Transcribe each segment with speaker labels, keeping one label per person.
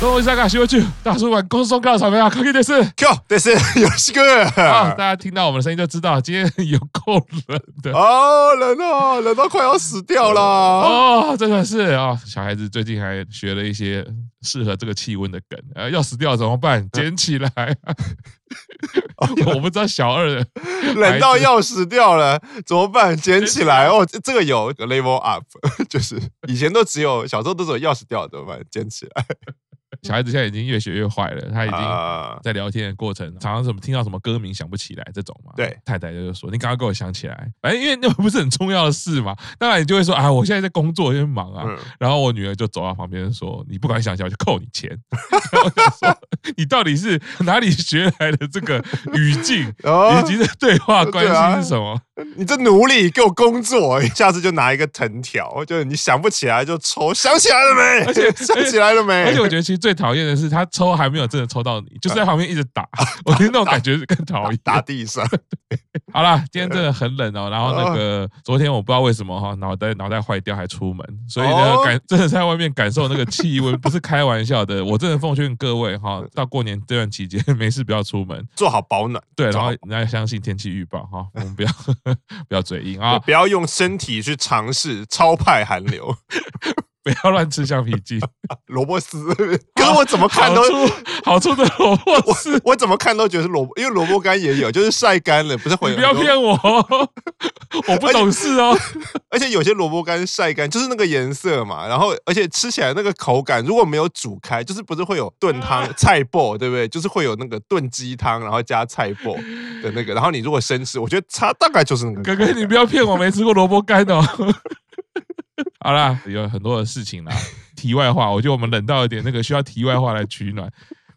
Speaker 1: どうも、伊坂修中大叔版公送告草莓啊，可以的是。
Speaker 2: Q，这是有西哥。
Speaker 1: 啊，大家听到我们的声音就知道今天有够冷的
Speaker 2: 啊，冷啊，冷到快要死掉啦！
Speaker 1: 哦，真的是啊、小孩子最近还学了一些适合这个气温的梗，呃，要死掉怎么办？捡起 来、
Speaker 2: 哦
Speaker 1: 我不知道小二的
Speaker 2: 冷到要死掉了，怎么办？捡起来 哦，这这个有 level up，就是 以前都只有小时候都只有要死掉，怎么办？捡起来
Speaker 1: 小孩子现在已经越学越坏了，他已经
Speaker 2: 啊！
Speaker 1: 在聊天的过程，常常什么听到什么歌名想不起来这种嘛，
Speaker 2: 对，
Speaker 1: 太太就说你赶快给我想起来，反正因为那不是很重要的事嘛，当然你就会说啊，我现在在工作，因为忙啊。
Speaker 2: 嗯，
Speaker 1: 然后我女儿就走到旁边说：“你不敢想起来，我就扣你钱。” 然后我就说：“你到底是哪里学来的这个语境，
Speaker 2: 哦
Speaker 1: 以及这对话关
Speaker 2: 对啊
Speaker 1: 系是什么？”
Speaker 2: 你这奴隶给我工作，下次就拿一个藤条，就是你想不起来就抽，想起来了没？
Speaker 1: 而且
Speaker 2: 想起来了没？
Speaker 1: 而且我觉得其实最讨厌的是，他抽还没有真的抽到你，就是在旁边一直打，我觉得那种感觉更讨厌。
Speaker 2: 啊打地上，
Speaker 1: 好啦，今天真的很冷哦。然后那个昨天我不知道为什么哈，脑袋脑袋坏掉还出门，所以呢
Speaker 2: 哦
Speaker 1: 感真的在外面感受那个气温，不是开玩笑的。我真的奉劝各位哈，到过年这段期间 没事不要出门，
Speaker 2: 做好保暖，
Speaker 1: 对，然
Speaker 2: 做好
Speaker 1: 后你要相信天气预报哈，我们不要 不要嘴硬啊，
Speaker 2: 不要用身体去尝试超派寒流。
Speaker 1: 不要乱吃橡皮 筋，
Speaker 2: 萝卜丝，可是我怎么看
Speaker 1: 哦好
Speaker 2: 都。
Speaker 1: 处好处的萝卜丝，
Speaker 2: 我怎么看都觉得是萝卜，因为萝卜干也有，就是晒干了，不是会
Speaker 1: 你不要
Speaker 2: 很多，
Speaker 1: 骗我 哦，我不懂事 哦。
Speaker 2: 而且有些萝卜干晒干就是那个颜色嘛，然后而且吃起来那个口感如果没有煮开，就是不是会有炖 汤菜脯，对不对？就是会有那个炖鸡汤，然后加菜脯的那个，然后你如果生吃，我觉得它大概就是那个
Speaker 1: 哥哥，你不要骗我，没吃过萝卜干哦。 好啦，有很多的事情啦。题外话，我觉得我们冷到一点，那个需要题外话来取暖。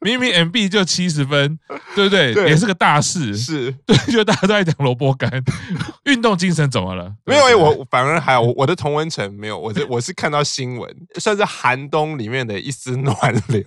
Speaker 1: 明明 MB 就七十分，对不对？
Speaker 2: 对
Speaker 1: 也是个大事。
Speaker 2: 是
Speaker 1: 对，就大家都在讲萝卜干， 运动精神怎么了？
Speaker 2: 没有哎、
Speaker 1: 对不对
Speaker 2: 我反而还好，我我的同温层没有，我是我是看到新闻，算是寒冬里面的一丝暖流，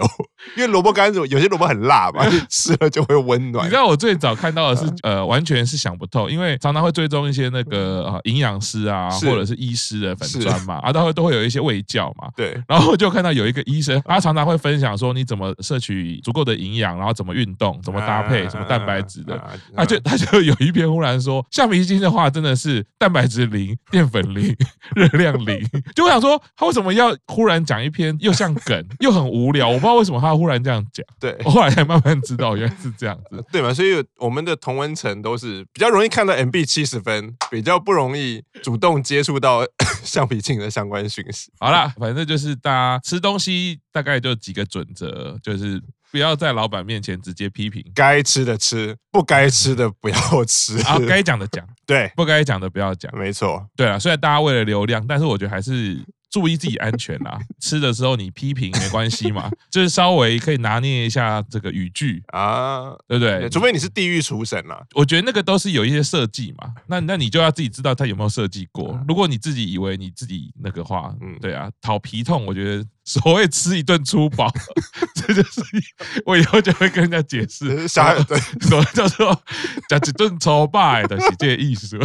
Speaker 2: 因为萝卜干有些萝卜很辣嘛，吃了就会温暖
Speaker 1: 你知。道我最早看到的是，
Speaker 2: 嗯
Speaker 1: 呃，完全是想不透，因为常常会追踪一些那个呃营养师啊，
Speaker 2: 是
Speaker 1: 或者是医师的粉砖嘛，啊，都会都会有一些卫教嘛。
Speaker 2: 对，
Speaker 1: 然后就看到有一个医生，他常常会分享说你怎么摄取足够的营养，然后怎么运动，怎么搭配，什么蛋白质的。
Speaker 2: 啊
Speaker 1: 他就 他就有一篇忽然说，橡皮筋的话真的是蛋白质零、淀粉零、 热量零。 就我想说，他为什么要忽然讲一篇又像梗又很无聊？我不知道为什么他忽然这样讲。
Speaker 2: 对
Speaker 1: 我后来才慢慢知道，原来是这样子。
Speaker 2: 对嘛，所以我们的同温层都是比较容易看到 MB 七十分，比较不容易主动接触到 橡皮筋的相关讯息。
Speaker 1: 好啦，反正就是大家吃东西大概就几个准则，就是不要在老板面前直接批评
Speaker 2: 该吃的吃，不该吃的不要吃。
Speaker 1: 啊，该讲的讲，
Speaker 2: 对，
Speaker 1: 不该讲的不要讲。
Speaker 2: 没错，
Speaker 1: 对啊，虽然大家为了流量，但是我觉得还是注意自己安全啦。吃的时候你批评没关系嘛，就是稍微可以拿捏一下这个语句，
Speaker 2: 啊，
Speaker 1: 对不对？
Speaker 2: 除非你是地狱厨神啦、
Speaker 1: 我觉得那个都是有一些设计嘛，那那你就要自己知道他有没有设计过。如果你自己以为你自己那个话，
Speaker 2: 嗯
Speaker 1: 对啊，讨皮痛，我觉得所谓吃一顿粗饱， 这就是我以后就会跟人家解释，
Speaker 2: 小孩对
Speaker 1: 什么叫 做讲一顿粗饱的就是这个意思。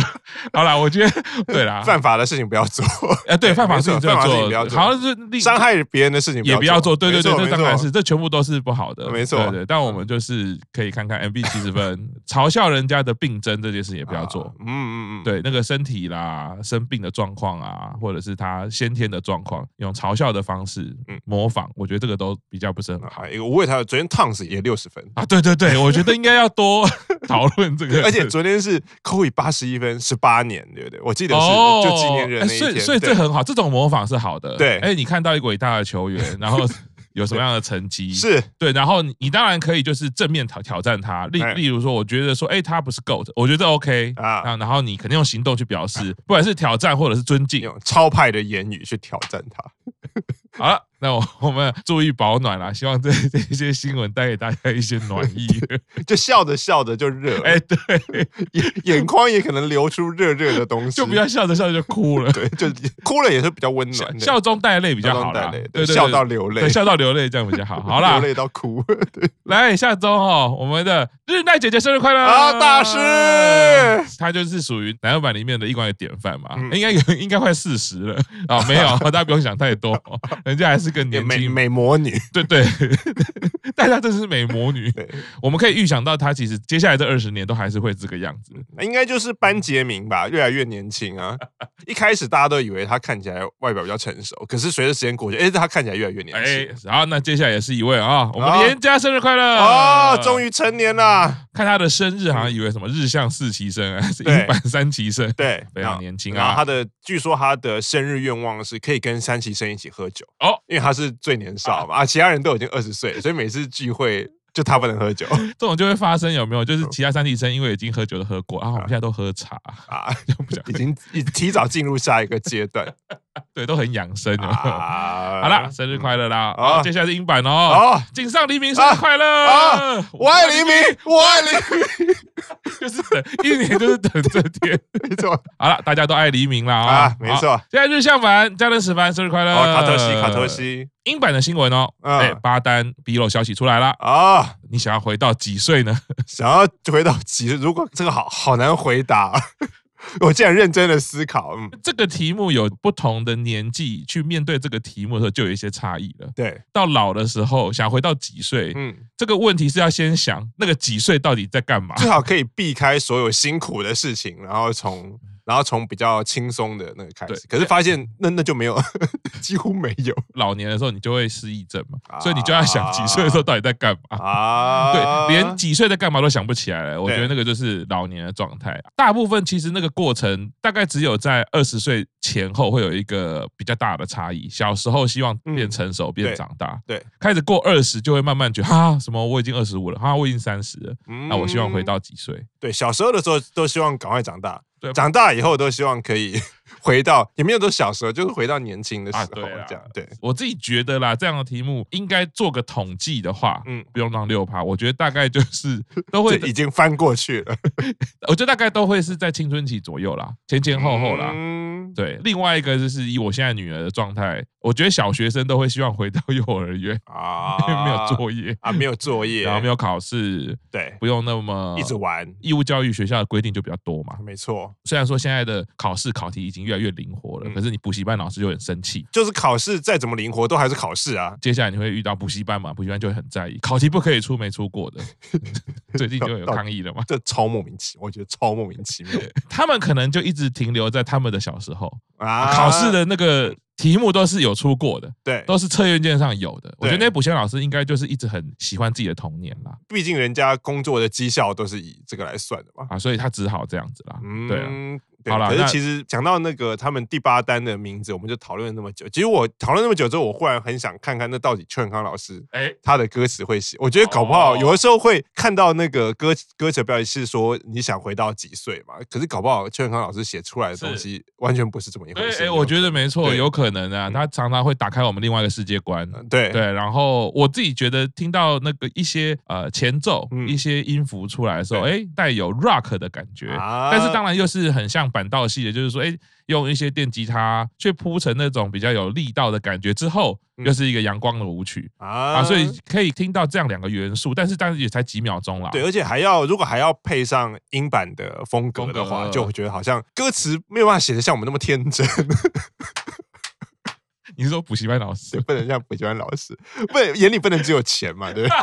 Speaker 1: 好啦，我觉得对 啦，
Speaker 2: 犯法的事情不要 做，
Speaker 1: 呃，对，犯法
Speaker 2: 没
Speaker 1: 事
Speaker 2: 错
Speaker 1: 情就要
Speaker 2: 犯法事情
Speaker 1: 做，
Speaker 2: 不要做
Speaker 1: 好像是另
Speaker 2: 伤害别人的事情
Speaker 1: 也不要做，对对
Speaker 2: 没
Speaker 1: 对，
Speaker 2: 错
Speaker 1: 这
Speaker 2: 没
Speaker 1: 当然
Speaker 2: 错
Speaker 1: 是，这全部都是不好的，
Speaker 2: 没错
Speaker 1: 对对。但我们就是可以看看 MB 七十 分，嘲笑人家的病症这件事也不要做
Speaker 2: 啊。嗯嗯嗯，
Speaker 1: 对那个身体啦、生病的状况啊，或者是他先天的状况，用嘲笑的方式
Speaker 2: 嗯
Speaker 1: 模仿，我觉得这个都比较不是很好
Speaker 2: 啊，一个无畏他昨天烫死也六十分。
Speaker 1: 啊。对对对，我觉得应该要多 讨论这个，
Speaker 2: 而且昨天是 Kobe 八十一分，十八年，对不对？我记得是、
Speaker 1: 哦，
Speaker 2: 就纪念日的
Speaker 1: 哎
Speaker 2: 那一
Speaker 1: 所
Speaker 2: 天。
Speaker 1: 以所以
Speaker 2: 对
Speaker 1: 这很好，这种模仿是好的。
Speaker 2: 对
Speaker 1: 哎，你看到一个伟大的球员，然 后有什么样的成绩？
Speaker 2: 是
Speaker 1: 对，然后你你当然可以就是正面挑挑战他，例
Speaker 2: 哎
Speaker 1: 例如说，我觉得说，哎，他不是 GOAT，我觉得 OK
Speaker 2: 啊
Speaker 1: 啊，然后你肯定用行动去表示，不管是挑战或者是尊敬。
Speaker 2: 用超派的言语去挑战他。
Speaker 1: 好了，那我我们注意保暖啦，希望这这些新闻带给大家一些暖 意。
Speaker 2: 就笑着笑着就热了，
Speaker 1: 哎，对，
Speaker 2: 眼眼眶也可能流出热热的东西，
Speaker 1: 就不要笑着笑着就哭 了，
Speaker 2: 对，就哭了也是比较温暖
Speaker 1: 笑
Speaker 2: 的，
Speaker 1: 笑中带泪比较好
Speaker 2: 笑中带
Speaker 1: 啦。
Speaker 2: 泪
Speaker 1: 对对，对
Speaker 2: 笑到流泪
Speaker 1: 对笑到流泪这样比较好。 好啦
Speaker 2: 流，泪到哭。
Speaker 1: 来下周哦，我们的日奈姐姐生日快乐
Speaker 2: 啊大师
Speaker 1: 她就是属于男二版里面的一贯的典范嘛，
Speaker 2: 嗯
Speaker 1: 应该有应该快四十了啊，没有， 大家不用想太多，人家还是个年
Speaker 2: 美
Speaker 1: 轻
Speaker 2: 美魔女，
Speaker 1: 对对， 但她真是美魔女
Speaker 2: 对，
Speaker 1: 我们可以预想到她其实接下来这二十年都还是会这个样子。
Speaker 2: 那应该就是
Speaker 1: 嗯
Speaker 2: 班杰明吧，越来越年轻 啊。一开始大家都以为他看起来外表比较成熟，可是随着时间过去，哎，他看起来越来越年
Speaker 1: 哎
Speaker 2: 轻。，
Speaker 1: 好，那接下来也是一位啊，我们
Speaker 2: 好
Speaker 1: 的严家生日快乐
Speaker 2: 哦，终于成年了，
Speaker 1: 看她的生日，好像以为什么日向四期生，啊还是
Speaker 2: 对
Speaker 1: 英版三期生，
Speaker 2: 对，
Speaker 1: 非常年轻
Speaker 2: 然后
Speaker 1: 啊
Speaker 2: 他。的据说他的生日愿望是可以跟三崎生一起喝酒
Speaker 1: 哦
Speaker 2: 哦，因为他是最年少嘛，啊，其他人都已经二十岁，所以每次聚会就他不能 喝酒
Speaker 1: 这种就会发生，有没有？就是
Speaker 2: 嗯
Speaker 1: 其他三体生因为已经喝酒都喝过，然后我们现在都喝茶，
Speaker 2: 啊，
Speaker 1: 就不想
Speaker 2: 已经已提早进入下一个阶 段
Speaker 1: 对，都很养生。有没有好
Speaker 2: 啊。
Speaker 1: 啦，生日快乐啦！
Speaker 2: 嗯好
Speaker 1: 好，接下来是英版哦。
Speaker 2: 哦，
Speaker 1: 井上黎明生日快乐
Speaker 2: 啊！我爱黎明，我爱黎明，
Speaker 1: 就是等一年，就是等这天。
Speaker 2: 没错
Speaker 1: 好了，大家都爱黎明了啊
Speaker 2: 啊，，没。错。
Speaker 1: 现在日向版加藤史凡生日快乐！
Speaker 2: 哦，卡特西，卡特西
Speaker 1: 英版的新闻哦，
Speaker 2: 嗯
Speaker 1: 哎，八单 B 漏消息出来啦。
Speaker 2: 啊，
Speaker 1: 你想要回到几岁呢？
Speaker 2: 想要回到几？如果这个好好难回答， 我竟然认真的思考，嗯，
Speaker 1: 这个题目有不同的年纪去面对这个题目的时候，就有一些差异了。
Speaker 2: 对，
Speaker 1: 到老的时候，想回到几岁，
Speaker 2: 嗯，
Speaker 1: 这个问题是要先想那个几岁到底在干嘛。
Speaker 2: 最好可以避开所有辛苦的事情，然后从然后从比较轻松的那个开始
Speaker 1: 对。
Speaker 2: 可是发现那那就没有， 几乎没 有
Speaker 1: 老年的时候你就会失忆症嘛，
Speaker 2: 啊
Speaker 1: 所以你就要想几岁的时候到底在干嘛。
Speaker 2: 啊。
Speaker 1: 对，连几岁在干嘛都想不起来了。我觉得那个就是老年的状态。大部分其实那个过程大概只有在二十岁前后会有一个比较大的差异。小时候希望变成熟、变长大，
Speaker 2: 嗯对
Speaker 1: 开始过二十就会慢慢觉得哈什么我已经二十五了，哈我已经三十了，
Speaker 2: 那
Speaker 1: 那啊我希望回到几岁？
Speaker 2: 嗯对小时候的时候都希望赶快长大
Speaker 1: 对，
Speaker 2: 长大以后都希望可以 回到，也没有都小时候，就是回到年轻的时
Speaker 1: 啊
Speaker 2: 候
Speaker 1: 对啦
Speaker 2: 这样。对，
Speaker 1: 我自己觉得啦，这样的题目应该做个统计的话，嗯
Speaker 2: 嗯，
Speaker 1: 不用当六趴，我觉得大概就是都会
Speaker 2: 这，已经翻过去了，
Speaker 1: 我觉得大概都会是在青春期左右啦，前前后后啦。
Speaker 2: 嗯
Speaker 1: 对，另外一个就是以我现在女儿的状态，我觉得小学生都会希望回到幼儿园，
Speaker 2: 啊
Speaker 1: 因为没有作业，
Speaker 2: 啊， 没有作 业，
Speaker 1: 然后没有考试，
Speaker 2: 对，
Speaker 1: 不用那么
Speaker 2: 一直玩，
Speaker 1: 义务教育学校的规定就比较多嘛。
Speaker 2: 没错，
Speaker 1: 虽然说现在的考试考题已经越来越灵活了，
Speaker 2: 嗯
Speaker 1: 可是你补习班老师就很生气，
Speaker 2: 就是考试再怎么灵活都还是考试啊，
Speaker 1: 接下来你会遇到补习班嘛？补习班就会很在意，考题不可以出没出过 的，最近就有抗议了嘛。
Speaker 2: 这超莫名其，我觉得超莫名其 妙
Speaker 1: 他们可能就一直停留在他们的小时候，
Speaker 2: 啊
Speaker 1: 考试的那个题目都是有出过的，
Speaker 2: 对，
Speaker 1: 都是测验卷上有的。我觉得那些补习班老师应该就是一直很喜欢自己的童年啦，
Speaker 2: 毕竟人家工作的绩效都是以这个来算的嘛，
Speaker 1: 啊，所以他只好这样子啦。对啊，
Speaker 2: 嗯。
Speaker 1: 好啦
Speaker 2: 可
Speaker 1: 那
Speaker 2: 是其实讲到那个他们第八单的名字，我们就讨论了那么久。其实我讨论那么久之后，我忽然很想看看那到底邱永康老师
Speaker 1: 哎，
Speaker 2: 他的歌词会写。我觉得搞不好
Speaker 1: 哦
Speaker 2: 有的时候会看到那个歌歌词标题是说你想回到几岁嘛，可是搞不好邱永康老师写出来的东西完全不是这么一回
Speaker 1: 对，
Speaker 2: 事。
Speaker 1: 哎，我觉得没错，
Speaker 2: 对
Speaker 1: 有可能啊，他常常会打开我们另外一个世界观。
Speaker 2: 嗯对
Speaker 1: 对，然后我自己觉得听到那个一些呃前奏、
Speaker 2: 嗯
Speaker 1: 一些音符出来的时候，
Speaker 2: 对
Speaker 1: 哎，带有 rock 的感觉，
Speaker 2: 啊
Speaker 1: 但是当然又是很像板道系的，就是说，哎，用一些电吉他去铺成那种比较有力道的感觉之后，
Speaker 2: 嗯
Speaker 1: 又是一个阳光的舞曲
Speaker 2: 啊
Speaker 1: 啊，所以可以听到这样两个元素，但是当然也才几秒钟啦。
Speaker 2: 对，而且还要如果还要配上英版的风格的
Speaker 1: 风
Speaker 2: 话，
Speaker 1: 格
Speaker 2: 就觉得好像歌词没有办法写的像我们那么天真，
Speaker 1: 你是说补习班老师
Speaker 2: 对，？不能像北极湾老师，不能眼里不能只有钱 嘛，对不对？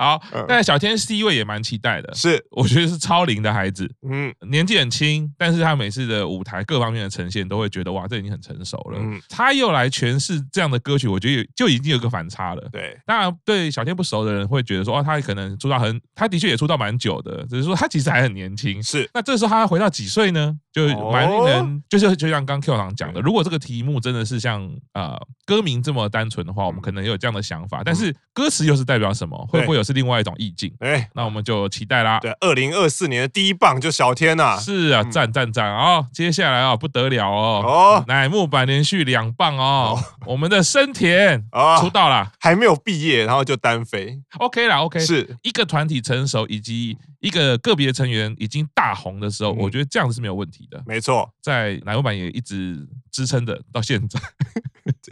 Speaker 1: 好
Speaker 2: 嗯，
Speaker 1: 但小天 C 位也蛮期待的，
Speaker 2: 是，
Speaker 1: 我觉得是超龄的孩子。
Speaker 2: 嗯
Speaker 1: 年纪很轻，但是他每次的舞台各方面的呈现，都会觉得哇，这已经很成熟了。
Speaker 2: 嗯，
Speaker 1: 他又来诠释这样的歌曲，我觉得有就已经有个反差了。
Speaker 2: 对，
Speaker 1: 当然，对小天不熟的人会觉得说，哦，他可能出道很，他的确也出道蛮久的，只是说他其实还很年轻。
Speaker 2: 是
Speaker 1: 那这时候他回到几岁呢？就
Speaker 2: 哦
Speaker 1: 蛮令人，就是就像刚 Q 堂讲的，如果这个题目真的是像
Speaker 2: 嗯
Speaker 1: 呃歌名这么单纯的话，我们可能也有这样的想法。但是歌词又是代表什么？会不会有是另外一种意境。
Speaker 2: 哎，
Speaker 1: 那我们就期待啦。
Speaker 2: 对，二零二四年的第一棒就小天呐、
Speaker 1: 是啊，赞赞赞啊！接下来啊，不得了哦，
Speaker 2: 哦
Speaker 1: 乃木坂连续两棒哦，我们的生田哦出
Speaker 2: 啊，
Speaker 1: 道啦
Speaker 2: 还没有毕业，然后就单飞，
Speaker 1: ，OK 啦，OK。
Speaker 2: 是
Speaker 1: 一个团体成熟以及一个个别成员已经大红的时候，
Speaker 2: 嗯
Speaker 1: 我觉得这样是没有问题的。
Speaker 2: 没错，
Speaker 1: 在乃木坂也一直支撑着到现在，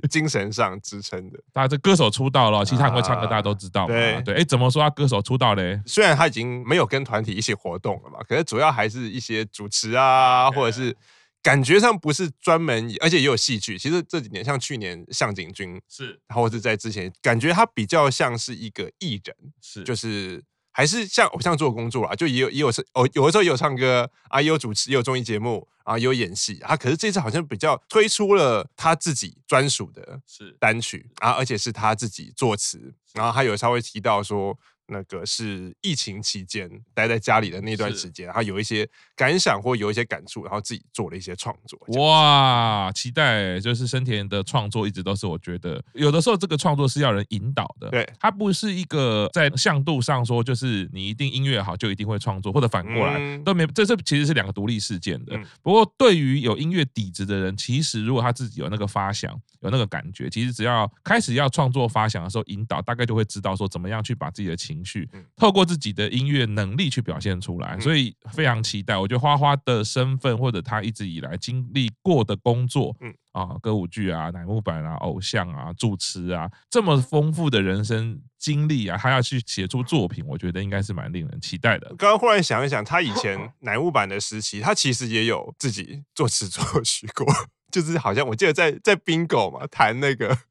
Speaker 2: 精神上支撑的。
Speaker 1: 大家这歌手出道了，其实他很会唱歌，
Speaker 2: 啊
Speaker 1: 大家都知道嘛。
Speaker 2: 对
Speaker 1: 对，哎，怎么说他歌手出道嘞？
Speaker 2: 虽然他已经没有跟团体一起活动了嘛，可是主要还是一些主持啊，或者是感觉上不是专门以，而且也有戏剧。其实这几年，像去年向井君，
Speaker 1: 是
Speaker 2: 或者是在之前，感觉他比较像是一个艺人，
Speaker 1: 是，
Speaker 2: 就是还是像偶像做工作啦，啊就也有也有是偶有的时候也有唱歌啊，也有主持，也有综艺节目啊，也有演戏啊。可是这次好像比较推出了他自己专属的
Speaker 1: 是
Speaker 2: 单曲啊，而且是他自己作词，然后他有稍微提到说。那个是疫情期间待在家里的那段
Speaker 1: 是
Speaker 2: 时间，然后有一些感想或有一些感触，然后自己做了一些创作。这样
Speaker 1: 哇，期待！就是生田的创作一直都是我觉得，有的时候这个创作是要人引导的，
Speaker 2: 对，
Speaker 1: 它不是一个在向度上说，就是你一定音乐好就一定会创作，或者反过来、
Speaker 2: 嗯
Speaker 1: 都没，这这其实是两个独立事件的。
Speaker 2: 嗯
Speaker 1: 不过对于有音乐底子的人，其实如果他自己有那个发想，有那个感觉，其实只要开始要创作发想的时候，引导大概就会知道说怎么样去把自己的情绪
Speaker 2: 嗯
Speaker 1: 透过自己的音乐能力去表现出来，
Speaker 2: 嗯
Speaker 1: 所以非常期待。我觉得花花的身份或者他一直以来经历过的工作，嗯
Speaker 2: 嗯
Speaker 1: 啊，歌舞剧啊、乃木坂啊、偶像啊、主持啊，这么丰富的人生经历啊，他要去写出作品，我觉得应该是蛮令人期待的。
Speaker 2: 刚刚忽然想一想，他以前乃木坂的时期，他其实也有自己作词作曲过， 就是好像我记得在在 bingo 嘛弹那个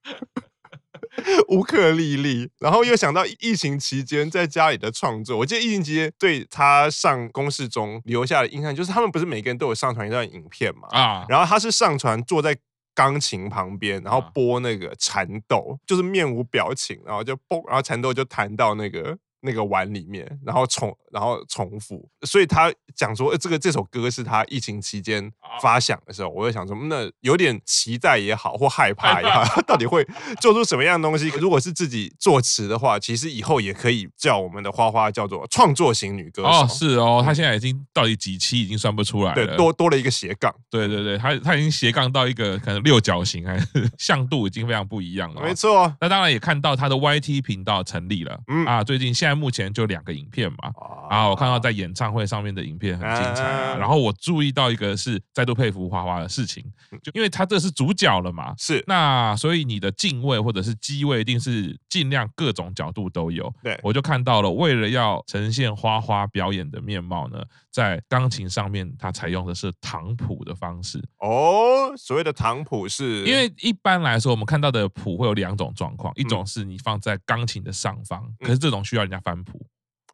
Speaker 2: 乌克丽丽，然后又想到疫情期间在家里的创作，我记得疫情期间对他上公式中留下的印象就是他们不是每个人都有上传一段影片嘛，
Speaker 1: 啊，
Speaker 2: 然后他是上传坐在钢琴旁边，然后
Speaker 1: 啊
Speaker 2: 播那个蚕豆，就是面无表情，然后就嘣，然后蚕豆就弹到那个那个碗里面，然后重然后重复。所以他讲说，呃这个这首歌是他疫情期间
Speaker 1: 啊
Speaker 2: 发想的时候，我就想说，嗯那有点期待也好，或害怕也好，他 到底会做出什么样的东西？如果是自己作词的话，其实以后也可以叫我们的花花叫做创作型女歌手。
Speaker 1: 哦，是哦，他现在已经到底几期已经算不出来
Speaker 2: 嗯对，
Speaker 1: 了。
Speaker 2: 多多了一个斜杠，
Speaker 1: 对对对，他他已经斜杠到一个可能六角形还是 向度已经非常不一样了哦、
Speaker 2: 没错
Speaker 1: 那当然也看到他的 YT 频道成立了，
Speaker 2: 嗯
Speaker 1: 啊，最近现在目前就两个影片嘛，啊，
Speaker 2: 啊
Speaker 1: 我看到在演唱会上面的影片很精彩啊。
Speaker 2: 啊
Speaker 1: 然后我注意到一个是再度佩服花花的事情，就因为他这是主角了嘛，
Speaker 2: 是
Speaker 1: 那所以你的进位或者是机位一定是尽量各种角度都有。
Speaker 2: 对
Speaker 1: 我就看到了，为了要呈现花花表演的面貌呢，在钢琴上面他采用的是唐谱的方式，
Speaker 2: 哦，所谓的唐谱是
Speaker 1: 因为一般来说我们看到的谱会有两种状
Speaker 2: 嗯
Speaker 1: 况，一种是你放在钢琴的上方，可是这种需要人家翻谱。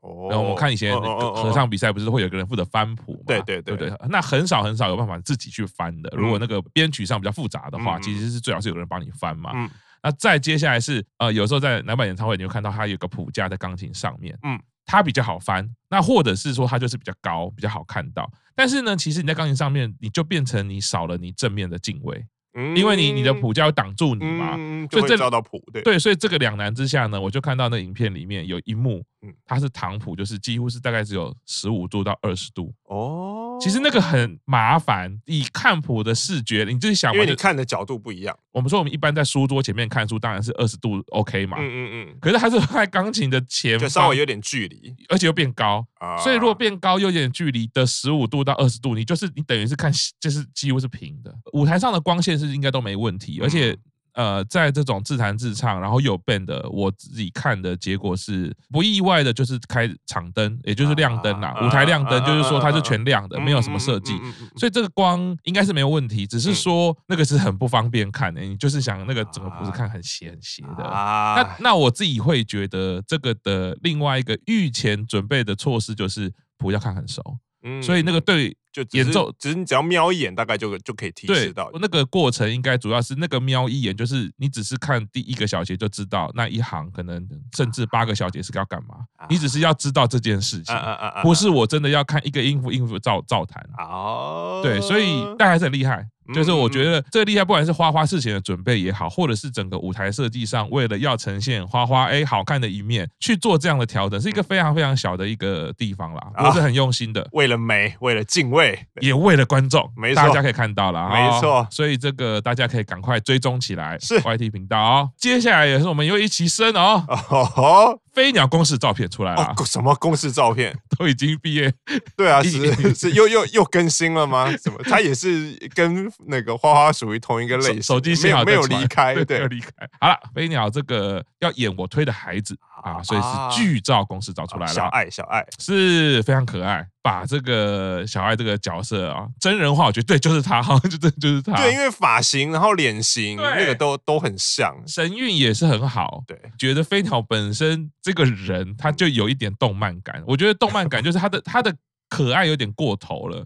Speaker 2: 哦
Speaker 1: 然后我们看以前
Speaker 2: 哦哦哦哦
Speaker 1: 合唱比赛，不是会有一个人负责翻谱嘛？
Speaker 2: 对对
Speaker 1: 对
Speaker 2: 对
Speaker 1: 不对，那很少很少有办法自己去翻的。如果那个编曲上比较复杂的话，
Speaker 2: 嗯嗯
Speaker 1: 其实是最好是有人帮你翻嘛。
Speaker 2: 嗯
Speaker 1: 那再接下来是呃，有时候在南版演唱会，你会看到它有个谱架在钢琴上面，嗯
Speaker 2: 嗯，
Speaker 1: 它比较好翻。那或者是说它就是比较高，比较好看到。但是呢，其实你在钢琴上面，你就变成你少了你正面的敬畏，
Speaker 2: 嗯
Speaker 1: 因为你你的谱架会挡住你嘛。
Speaker 2: 嗯
Speaker 1: 所以
Speaker 2: 就
Speaker 1: 这
Speaker 2: 会
Speaker 1: 里
Speaker 2: 照到谱对
Speaker 1: 对，所以这个两难之下呢，我就看到那影片里面有一幕
Speaker 2: 嗯，
Speaker 1: 它是唐谱，就是几乎是大概只有十五度到二十度。
Speaker 2: 哦，
Speaker 1: 其实那个很麻烦，以看谱的视觉，你自己想
Speaker 2: 因
Speaker 1: 嘛，
Speaker 2: 为你
Speaker 1: 就
Speaker 2: 看的角度不一样，
Speaker 1: 我们说我们一般在书桌前面看书，当然是二十度 OK 嘛，
Speaker 2: 嗯嗯
Speaker 1: 可是它是放在钢琴的前
Speaker 2: 嗯，
Speaker 1: 方，
Speaker 2: 就稍微有点距离
Speaker 1: 而且又变高。
Speaker 2: 啊
Speaker 1: 所以如果变高又有点距离的十五度到二十度，你就是你等于是看就是几乎是平的。舞台上的光线是应该都没问题，而
Speaker 2: 嗯
Speaker 1: 且呃，在这种自弹自唱，然后有 band 的，我自己看的结果是不意外的，就是开场灯，也就是亮灯啦，
Speaker 2: 啊
Speaker 1: 舞台亮灯，
Speaker 2: 啊
Speaker 1: 就是说它
Speaker 2: 啊
Speaker 1: 是
Speaker 2: 啊
Speaker 1: 全亮的，没有什么设计。，
Speaker 2: 嗯嗯嗯嗯嗯嗯嗯
Speaker 1: 所以这个光应该是没有问题，只是说那个是很不方便看的、欸你就是想那个整个不是看很斜很斜的。那
Speaker 2: 啊，
Speaker 1: 那我自己会觉得这个的另外一个御前准备的措施就是谱要看很熟，
Speaker 2: 嗯
Speaker 1: 所以那个对
Speaker 2: 就只是
Speaker 1: 演奏
Speaker 2: 只是你只要瞄一眼，大概就就可以提
Speaker 1: 对
Speaker 2: 示到
Speaker 1: 那个过程应该主要是那个瞄一眼，就是你只是看第一个小节就知道那一行可能甚至八个小节是要干嘛，你只是要知道这件事情
Speaker 2: 啊，啊啊啊，
Speaker 1: 不是我真的要看一个音符音符照照弹。
Speaker 2: 啊哦，嗯
Speaker 1: 对，所以但还是很厉害。就是我觉得这个厉害，不管是花花事前的准备也好，或者是整个舞台设计上，为了要呈现花花哎好看的一面，去做这样的调整，是一个非常非常小的一个地方啦，
Speaker 2: 啊
Speaker 1: 我是很用心的。
Speaker 2: 为了美，为了敬畏，
Speaker 1: 也为了观众，
Speaker 2: 没错
Speaker 1: 大家可以看到了，
Speaker 2: 没错
Speaker 1: 所以这个大家可以赶快追踪起来，
Speaker 2: 是
Speaker 1: YT 频道哦。接下来也是我们又一起升哦，
Speaker 2: 哦吼，
Speaker 1: 飞鸟公式照片出来了，
Speaker 2: 哦，什么公式照片？
Speaker 1: 都已经毕业，
Speaker 2: 对 啊，
Speaker 1: 一
Speaker 2: 是是又又又更新了吗？怎么？它也是跟那个花花属于同一个类
Speaker 1: 手
Speaker 2: 型，
Speaker 1: 手机
Speaker 2: 没
Speaker 1: 信号
Speaker 2: 有没有
Speaker 1: 在传
Speaker 2: 离开，
Speaker 1: 没有
Speaker 2: 对，
Speaker 1: 离开。好了，飞鸟这个要演我推的孩子啊，所以
Speaker 2: 啊
Speaker 1: 是剧照公式照出来
Speaker 2: 小
Speaker 1: 了。
Speaker 2: 爱小爱，
Speaker 1: 是非常可爱，把这个小爱这个角色啊，真人化，我觉得对，就是他，好像就真就是他。
Speaker 2: 对，因为发型，然后脸型，
Speaker 1: 对
Speaker 2: 那个都都很像，
Speaker 1: 神韵也是很好，
Speaker 2: 对，
Speaker 1: 觉得飞鸟本身这个人，他就有一点动漫感。我觉得动漫感就是他的 他的可爱有点过头了，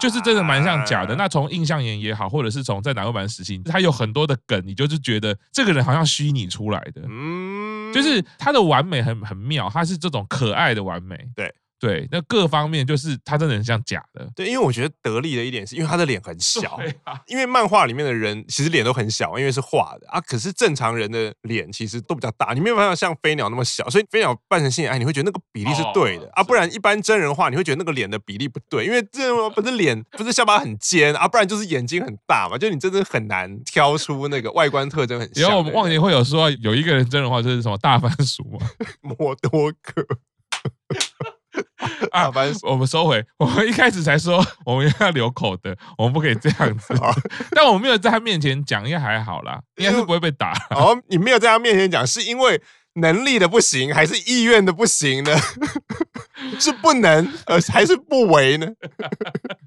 Speaker 1: 就是真的蛮像
Speaker 2: 啊
Speaker 1: 假的。那从印象研也好，或者是从在哪个版实行，他有很多的梗，你就是觉得这个人好像虚拟出来的，
Speaker 2: 嗯
Speaker 1: 就是他的完美很很妙，他是这种可爱的完美。
Speaker 2: 对
Speaker 1: 对，那各方面就是他真的很像假的。
Speaker 2: 对，因为我觉得得力的一点是因为他的脸很小。
Speaker 1: 对啊
Speaker 2: 因为漫画里面的人其实脸都很小，因为是画的啊。可是正常人的脸其实都比较大，你没有办法像飞鸟那么小，所以飞鸟扮成心眼爱，你会觉得那个比例是对的、
Speaker 1: 哦
Speaker 2: 啊。不然一般真人画，你会觉得那个脸的比例不对，因为这不是脸，不是下巴很尖啊，不然就是眼睛很大嘛，就你真的很难挑出那个外观特征很像
Speaker 1: 然
Speaker 2: 的人。
Speaker 1: 后我们忘年会有说有一个人真人话就是什么大番薯嘛，
Speaker 2: 摩多克，
Speaker 1: 啊
Speaker 2: 大番薯
Speaker 1: 我们收回，我们一开始才说我们要留口德，我们不可以这样 子。但我们没有在他面前讲，应该还好啦，应该是不会被打。
Speaker 2: 哦，你没有在他面前讲，是因为能力的不行，还是意愿的不行呢？ 是不能，呃，还是不为呢？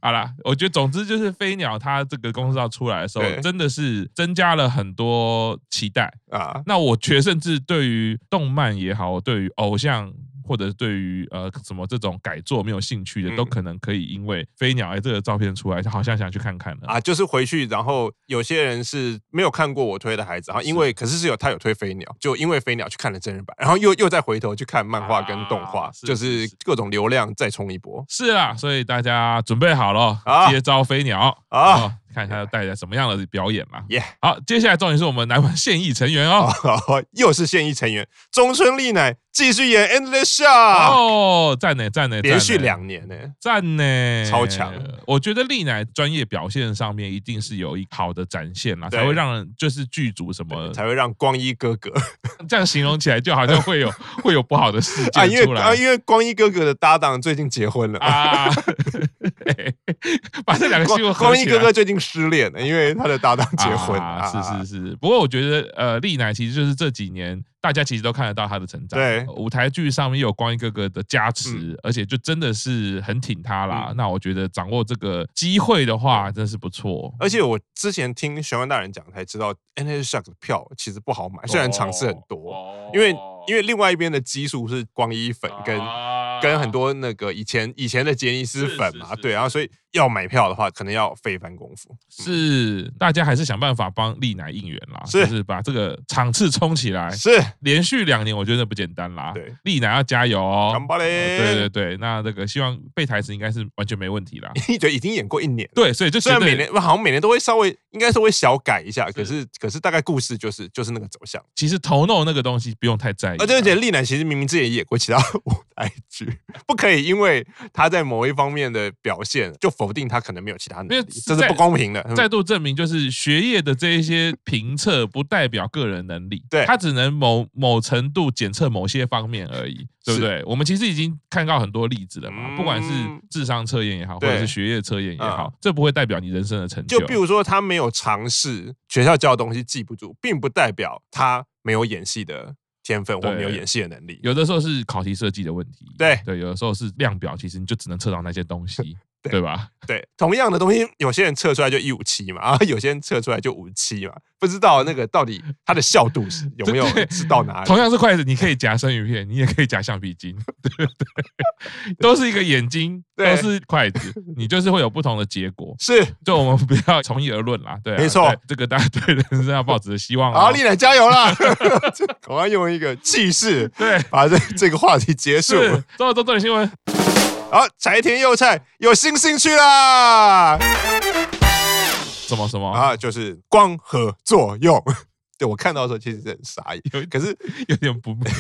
Speaker 1: 好啦，我觉得总之就是飞鸟它这个公司要出来的时候
Speaker 2: 对，
Speaker 1: 真的是增加了很多期待。
Speaker 2: 啊，
Speaker 1: 那我觉得甚至对于动漫也好，对于偶像。或者是对于呃什么这种改作没有兴趣的，
Speaker 2: 嗯
Speaker 1: 都可能可以因为飞鸟哎这个照片出来，就好像想去看看了。
Speaker 2: 啊，就是回去，然后有些人是没有看过我推的孩子，然后因为可是是有他有推飞鸟，就因为飞鸟去看了真人版，然后又又再回头去看漫画跟动画，
Speaker 1: 啊是
Speaker 2: 就是是
Speaker 1: 是
Speaker 2: 各种流量再冲一波
Speaker 1: 是啦，所以大家准备好了，
Speaker 2: 好
Speaker 1: 接招飞鸟
Speaker 2: 好
Speaker 1: 哦看他带来什么样的表演嘛。
Speaker 2: 耶！
Speaker 1: 好，接下来重点是我们南版现役成员哦。
Speaker 2: 哦，又是现役成员中村丽乃继续演 Endless Shot，、
Speaker 1: 哦，赞呢赞呢，
Speaker 2: 啊连续
Speaker 1: 赞呢
Speaker 2: 两年欸呢、
Speaker 1: 赞呢，
Speaker 2: 超强。
Speaker 1: 我觉得丽乃专业表现上面一定是有一好的展现啦，
Speaker 2: 对
Speaker 1: 才会让人就是剧组什么
Speaker 2: 才会让光一哥哥
Speaker 1: 这样形容起来，就好像会有 会有不好的事
Speaker 2: 啊，
Speaker 1: 件
Speaker 2: 因
Speaker 1: 出
Speaker 2: 为啊，
Speaker 1: 来
Speaker 2: 因为光一哥哥的搭档最近结婚了。
Speaker 1: 啊。 把这两个新闻
Speaker 2: 光
Speaker 1: 合
Speaker 2: 光一
Speaker 1: 起
Speaker 2: 哥
Speaker 1: 来
Speaker 2: 哥最近失恋了，因为他的搭档 结婚
Speaker 1: 啊，是是是。不过我觉得，呃，丽乃其实就是这几年大家其实都看得到她的成长，
Speaker 2: 对嗯
Speaker 1: 呃舞台剧上面有光一哥哥的加持，而且就真的是很挺她啦。那我觉得掌握这个机会的
Speaker 2: 嗯
Speaker 1: 话，真是不错。
Speaker 2: 而且我之前听玄关大人讲才知道，N H Shark 的票其实不好买，虽然场次很多，
Speaker 1: 哦
Speaker 2: 因为因为另外一边的基数是光一粉跟
Speaker 1: 啊
Speaker 2: 跟很多那个以前以前的杰尼斯粉嘛
Speaker 1: 是，是是
Speaker 2: 对，然后所以要买票的话，可能要费一番功夫。
Speaker 1: 是大家还是想办法帮丽乃应援啦，
Speaker 2: 是
Speaker 1: 就是把这个场次冲起来。
Speaker 2: 是，
Speaker 1: 连续两年，我觉得不简单啦。
Speaker 2: 对，
Speaker 1: 丽乃要加油哦！
Speaker 2: 干巴嘞
Speaker 1: 对对对，那这个希望背台词应该是完全没问 题啦。
Speaker 2: 对，已经演过一年。
Speaker 1: 对，所以就
Speaker 2: 虽
Speaker 1: 绝
Speaker 2: 然每
Speaker 1: 对，
Speaker 2: 年好像每年都会稍微，应该是会小改一下，可是可是大概故事就是就是那个走向。
Speaker 1: 其实头脑那个东西不用太在意啊。
Speaker 2: 而且而且，丽乃其实明明之前也演过其他 舞台剧，不可以因为她在某一方面的表现就否定她可能没有其他能
Speaker 1: 因为
Speaker 2: 力，这是
Speaker 1: 在
Speaker 2: 不公平的。
Speaker 1: 啊再度证明，就是学业的这一些评测不代表个人能力，
Speaker 2: 对
Speaker 1: 它只能某某程度检测某些方面而已，对不对？我们其实已经看到很多例子了嘛，
Speaker 2: 嗯
Speaker 1: 不管是智商测验也好，或
Speaker 2: 对嗯
Speaker 1: 者是学业测验也好，这不会代表你人生的成就。
Speaker 2: 就比如说她没有尝试学校教的东西记不住，并不代表她没有演戏的天分或
Speaker 1: 对
Speaker 2: 没有演戏的能力。
Speaker 1: 有的时候是考题设计的问题，
Speaker 2: 对
Speaker 1: 对，有的时候是量表，其实你就只能测到那些东西，
Speaker 2: 对
Speaker 1: 对吧？
Speaker 2: 对，同样的东西，有些人测出来就一五七嘛，啊，有些人测出来就五七嘛，不知道那个到底它的效 度是有没有
Speaker 1: 对
Speaker 2: 是到哪里
Speaker 1: 同。样是筷子，你可以夹生鱼片，你也可以夹橡皮筋， 对不对？ 都是一个眼睛，都
Speaker 2: 对
Speaker 1: 是筷子，你就是会有不同的结果。
Speaker 2: 是，
Speaker 1: 就我们不要从一而论啦，对啊、
Speaker 2: 没错
Speaker 1: 对这个大家对人生要抱着希望
Speaker 2: 好，
Speaker 1: 啊。
Speaker 2: 丽乃加油啦！ 我要用一个气势
Speaker 1: 对，
Speaker 2: 把这这个话题结束。
Speaker 1: 是周周周点新闻，
Speaker 2: 好，柴田佑菜有新兴趣啦！
Speaker 1: 什么什么
Speaker 2: 啊，就是光合作用。 对我看到的时候其实是很傻眼，可是
Speaker 1: 有点不妙。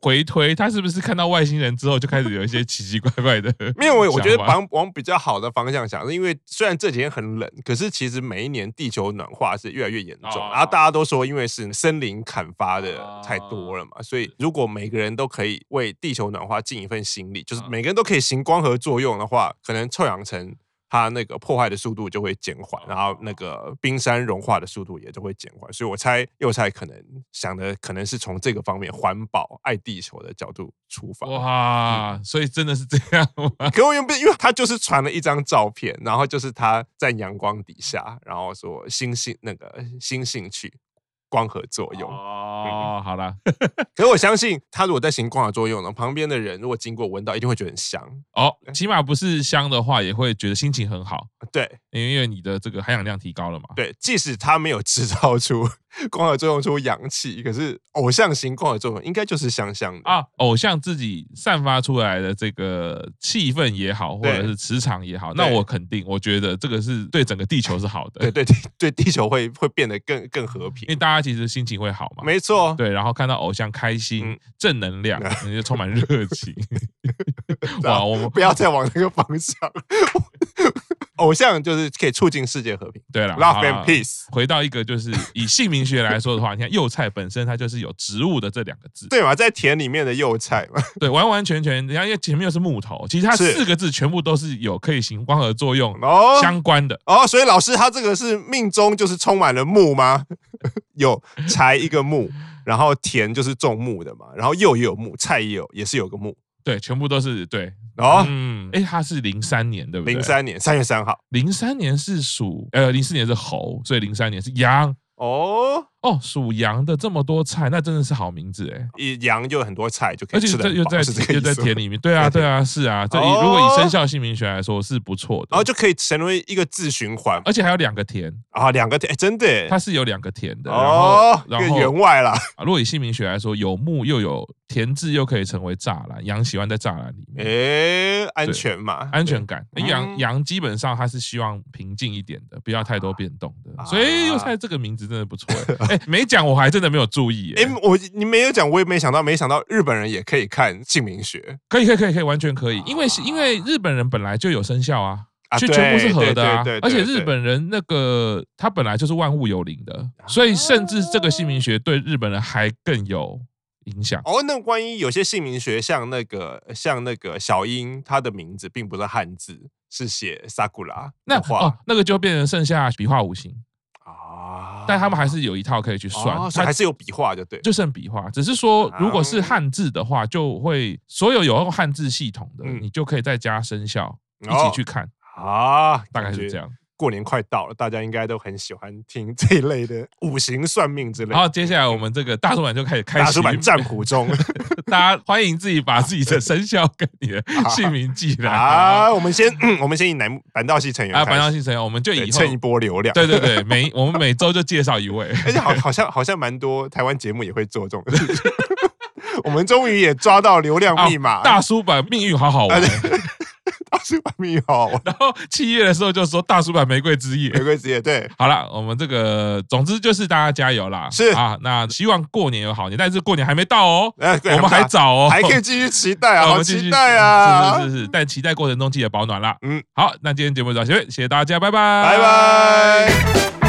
Speaker 1: 回推他是不是看到外星人之后就开始有一些奇奇怪怪的想法？
Speaker 2: 没有，我觉得往往比较好的方向想，是因为虽然这几天很冷，可是其实每一年地球暖化是越来越严重，
Speaker 1: 哦
Speaker 2: 然后大家都说因为是森林砍伐的
Speaker 1: 哦
Speaker 2: 太多了嘛，所以如果每个人都可以为地球暖化尽一份心力，就是
Speaker 1: 嗯
Speaker 2: 每个人都可以行光合作用的话，可能臭氧层。它那个破坏的速度就会减缓
Speaker 1: 哦，
Speaker 2: 然后那个冰山融化的速度也就会减缓，所以我猜又猜可能想的可能是从这个方面环保、爱地球的角度出发。
Speaker 1: 哇，所以真的是这样吗？
Speaker 2: 可我原本因为他就是传了一张照片，然后就是他在阳光底下，然后说新兴那个新兴趣光合作用。
Speaker 1: 哦，好啦，
Speaker 2: 可是我相信他如果在行光合作用呢，旁边的人如果经过闻到，一定会觉得很香。
Speaker 1: 哦，起码不是香的话，也会觉得心情很好，
Speaker 2: 对
Speaker 1: 因为你的这个含氧量提高了嘛。
Speaker 2: 对，即使他没有制造出光合作用出氧气，可是偶像型光合作用应该就是香香的。
Speaker 1: 啊，偶像自己散发出来的这个气氛也好，或者
Speaker 2: 对
Speaker 1: 是磁场也好，那
Speaker 2: 对
Speaker 1: 我肯定，我觉得这个是对整个地球是好的，
Speaker 2: 对
Speaker 1: 因
Speaker 2: 对对，对地球会会变得更更和
Speaker 1: 为
Speaker 2: 平。
Speaker 1: 大家其实心情会好嘛。
Speaker 2: 没错，
Speaker 1: 对，然后看到偶像开心
Speaker 2: 嗯、
Speaker 1: 正能 量，你就充满热情。哇，我们
Speaker 2: 不要再往那个方向。 偶像就是可以促进世界和平
Speaker 1: 对了
Speaker 2: ，love and peace。
Speaker 1: 回到一个就是以姓名学来说的话，你看幼菜本身它就是有植物的这两个字，
Speaker 2: 对嘛，在田里面的幼菜嘛，
Speaker 1: 对，完完全全，人家因为前面又是木头，其实它
Speaker 2: 是
Speaker 1: 四个字全部都是有可以行光合作用
Speaker 2: 哦
Speaker 1: 相关的。
Speaker 2: 哦，所以老师他这个是命中就是充满了木吗？ 有柴一个木，然后田就是种木的嘛，然后又也有木，菜也有，也是有个木。
Speaker 1: 对，全部都是对。
Speaker 2: 哦，
Speaker 1: 嗯，哎，它是零三年，对不对？
Speaker 2: 零三年三月三号，
Speaker 1: 零三年是属呃，零四年是猴，所以零三年是羊。
Speaker 2: 哦，
Speaker 1: 哦，属羊的这么多菜，那真的是好名字哎。
Speaker 2: 一羊就有很多菜就可
Speaker 1: 而
Speaker 2: 以
Speaker 1: 且
Speaker 2: 吃
Speaker 1: 这
Speaker 2: 的，
Speaker 1: 又在
Speaker 2: 是这个
Speaker 1: 又
Speaker 2: 意
Speaker 1: 在
Speaker 2: 思吗
Speaker 1: 田。里面，对 啊，对啊，是啊，这以
Speaker 2: 哦
Speaker 1: 如果以生肖姓名学来说是不错
Speaker 2: 然后
Speaker 1: 的，
Speaker 2: 就可以成为一个自循环
Speaker 1: 而且还有两个田，
Speaker 2: 啊，两个田哎真的耶
Speaker 1: 它是有两个田的，然后
Speaker 2: 哦，
Speaker 1: 然
Speaker 2: 更
Speaker 1: 后
Speaker 2: 员外啦，
Speaker 1: 啊，如果以姓名学来说，有木又有田字，又可以成为栅栏。羊喜欢在栅栏里面，
Speaker 2: 哎，安全嘛，
Speaker 1: 安全感。
Speaker 2: 对
Speaker 1: 羊
Speaker 2: 嗯
Speaker 1: 羊基本上它是希望平静一点的，不要太多变动的。
Speaker 2: 啊
Speaker 1: 所以幼菜这个名字真的不错 哎、哎没讲我还真的没有注意 哎、
Speaker 2: 哎，我你没有讲，我也没想到，没想到日本人也可以看姓名学
Speaker 1: 可以可以可以可以，完全可以，因为
Speaker 2: 啊
Speaker 1: 因为日本人本来就有生肖啊。
Speaker 2: 啊
Speaker 1: 就全部是合的啊
Speaker 2: 对对对对，
Speaker 1: 而且
Speaker 2: 对
Speaker 1: 日本人那个他本来就是万物有灵的，所以甚至这个姓名学对日本人还更有影响。
Speaker 2: 哦，那万一有些姓名学像那个像那个小樱，她的名字并不是汉字，是写萨古拉
Speaker 1: 那
Speaker 2: 的
Speaker 1: 哦
Speaker 2: 话，
Speaker 1: 那个就变成剩下笔画五行，
Speaker 2: 啊
Speaker 1: 但他们还是有一套可以去算，
Speaker 2: 哦、所
Speaker 1: 它
Speaker 2: 以还是有笔画就对，
Speaker 1: 就剩笔画。只是说，如果是
Speaker 2: 啊
Speaker 1: 汉字的话，就会所有有用汉字系统的，
Speaker 2: 嗯
Speaker 1: 你就可以再加生肖一
Speaker 2: 哦
Speaker 1: 起去看，
Speaker 2: 啊，
Speaker 1: 大概
Speaker 2: 感
Speaker 1: 是
Speaker 2: 觉
Speaker 1: 这。样。
Speaker 2: 过年快到了，大家应该都很喜欢听这一类 的五行算命之类
Speaker 1: 然
Speaker 2: 的。
Speaker 1: 后接下来我们这个大叔版就开始开
Speaker 2: 大
Speaker 1: 始
Speaker 2: 叔版占卜中
Speaker 1: 大家欢迎自己把自己的生肖跟你的姓名记 来啊。
Speaker 2: 啊，我们先我们先以南板道系成员
Speaker 1: 啊，
Speaker 2: 开
Speaker 1: 板
Speaker 2: 始
Speaker 1: 道姓成员，我们就
Speaker 2: 对
Speaker 1: 以后
Speaker 2: 蹭一波流量。
Speaker 1: 对对对，每我们每周就介绍一 位。
Speaker 2: 而且好好像好像蛮多台湾节目也会做这种事情。 我们终于也抓到流量密码，
Speaker 1: 啊大叔版命运好好玩
Speaker 2: 啊，大叔版密码哦好玩。
Speaker 1: 然后七月的时候就说大叔版玫瑰之夜，
Speaker 2: 玫瑰之夜，对，
Speaker 1: 好了，我们这个总之就是大家加油啦，
Speaker 2: 是
Speaker 1: 啊，那希望过年有好年，但是过年还没到哦，
Speaker 2: 哎
Speaker 1: 我们还早哦，
Speaker 2: 还可以继续期 待啊，
Speaker 1: 啊，我
Speaker 2: 好
Speaker 1: 们继续
Speaker 2: 期待啊！
Speaker 1: 是是是是，但期待过程中记得保暖啦，嗯
Speaker 2: 嗯，
Speaker 1: 好，那今天节目就到这里，谢谢大家，拜拜，
Speaker 2: 拜拜。